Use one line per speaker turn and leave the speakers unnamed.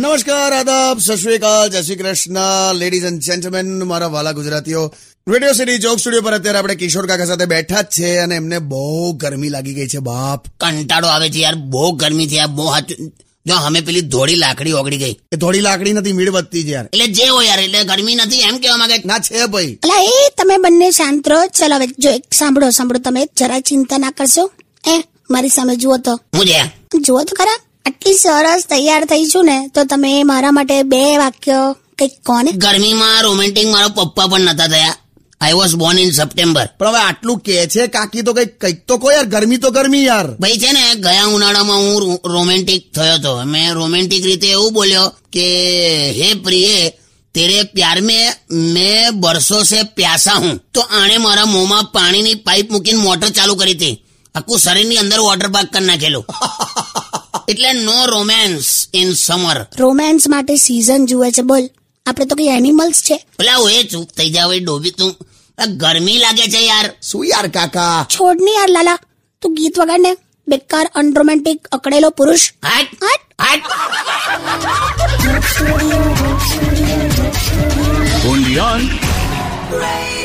નમસ્કાર આદાબ સત શ્રી અકાલ જય Shri Krishna ladies and gentlemen મારા વાલા ગુજરાતીઓ રેડિયો સિટી જોક સ્ટુડિયો પર અત્યારે આપણે કિશોર કાકા સાથે બેઠા જ છે અને એમને બહુ ગરમી લાગી ગઈ છે બાપ
કંટાળો આવે છે યાર બહુ ગરમી છે યાર બહુ હાચું જો અમે પેલી ધોળી લાકડી ઓગળી ગઈ
એ થોડી લાકડી નથી મીણબત્તી છે યાર
એટલે જે હોય યાર એટલે ગરમી નથી એમ કેવા માંગે
ના છે ભાઈ
અલા એ તમે બંને શાંત રહો ચલો હવે જો એક સાંભળો સાંભળો તમે જરા ચિંતા ના કરશો એ મારી સામે જુઓ તો
હું છે
જુઓ તો ખરા આટલી સરસ તૈયાર થઈ છું ને તો તમે મારા માટે બે વાક્ય કંઈક કહો ને
ગરમીમાં રોમેન્ટિક મારો પપ્પા પણ નતા થયા I was born in September
પણ હવે આટલું કે છે કાકી તો કઈક કઈક તો કોઈ યાર ગરમી તો ગરમી યાર
ભાઈ છે ને ગયા ઉનાળામાં હું રોમેન્ટિક થયો હતો મેં રોમેન્ટિક રીતે એવું બોલ્યો કે હે પ્રિય તેરે પ્યાર મેં મેં બરસો સે પ્યાસા હું તો આણે મારા મોંમાં પાણીની પાઇપ મૂકીને મોટર ચાલુ કરી હતી આખું શરીરની અંદર વોટર પાર્ક કરી નાખેલો એટલે no romance in summer
romance માટે સીઝન જુએ છે બોલ આપણે તો કઈ એનિમલ્સ છે
પેલા હું એ ચૂપ થઈ જાવ એ ડોબી તું આ ગરમી લાગે છે યાર
શું યાર કાકા
છોડ ને યાર લાલા તું ગીત વગાડ ને બેકાર અનરોમેન્ટિક અકળેલો પુરુષ
હાટ
હટ
હાટ
only on
Radio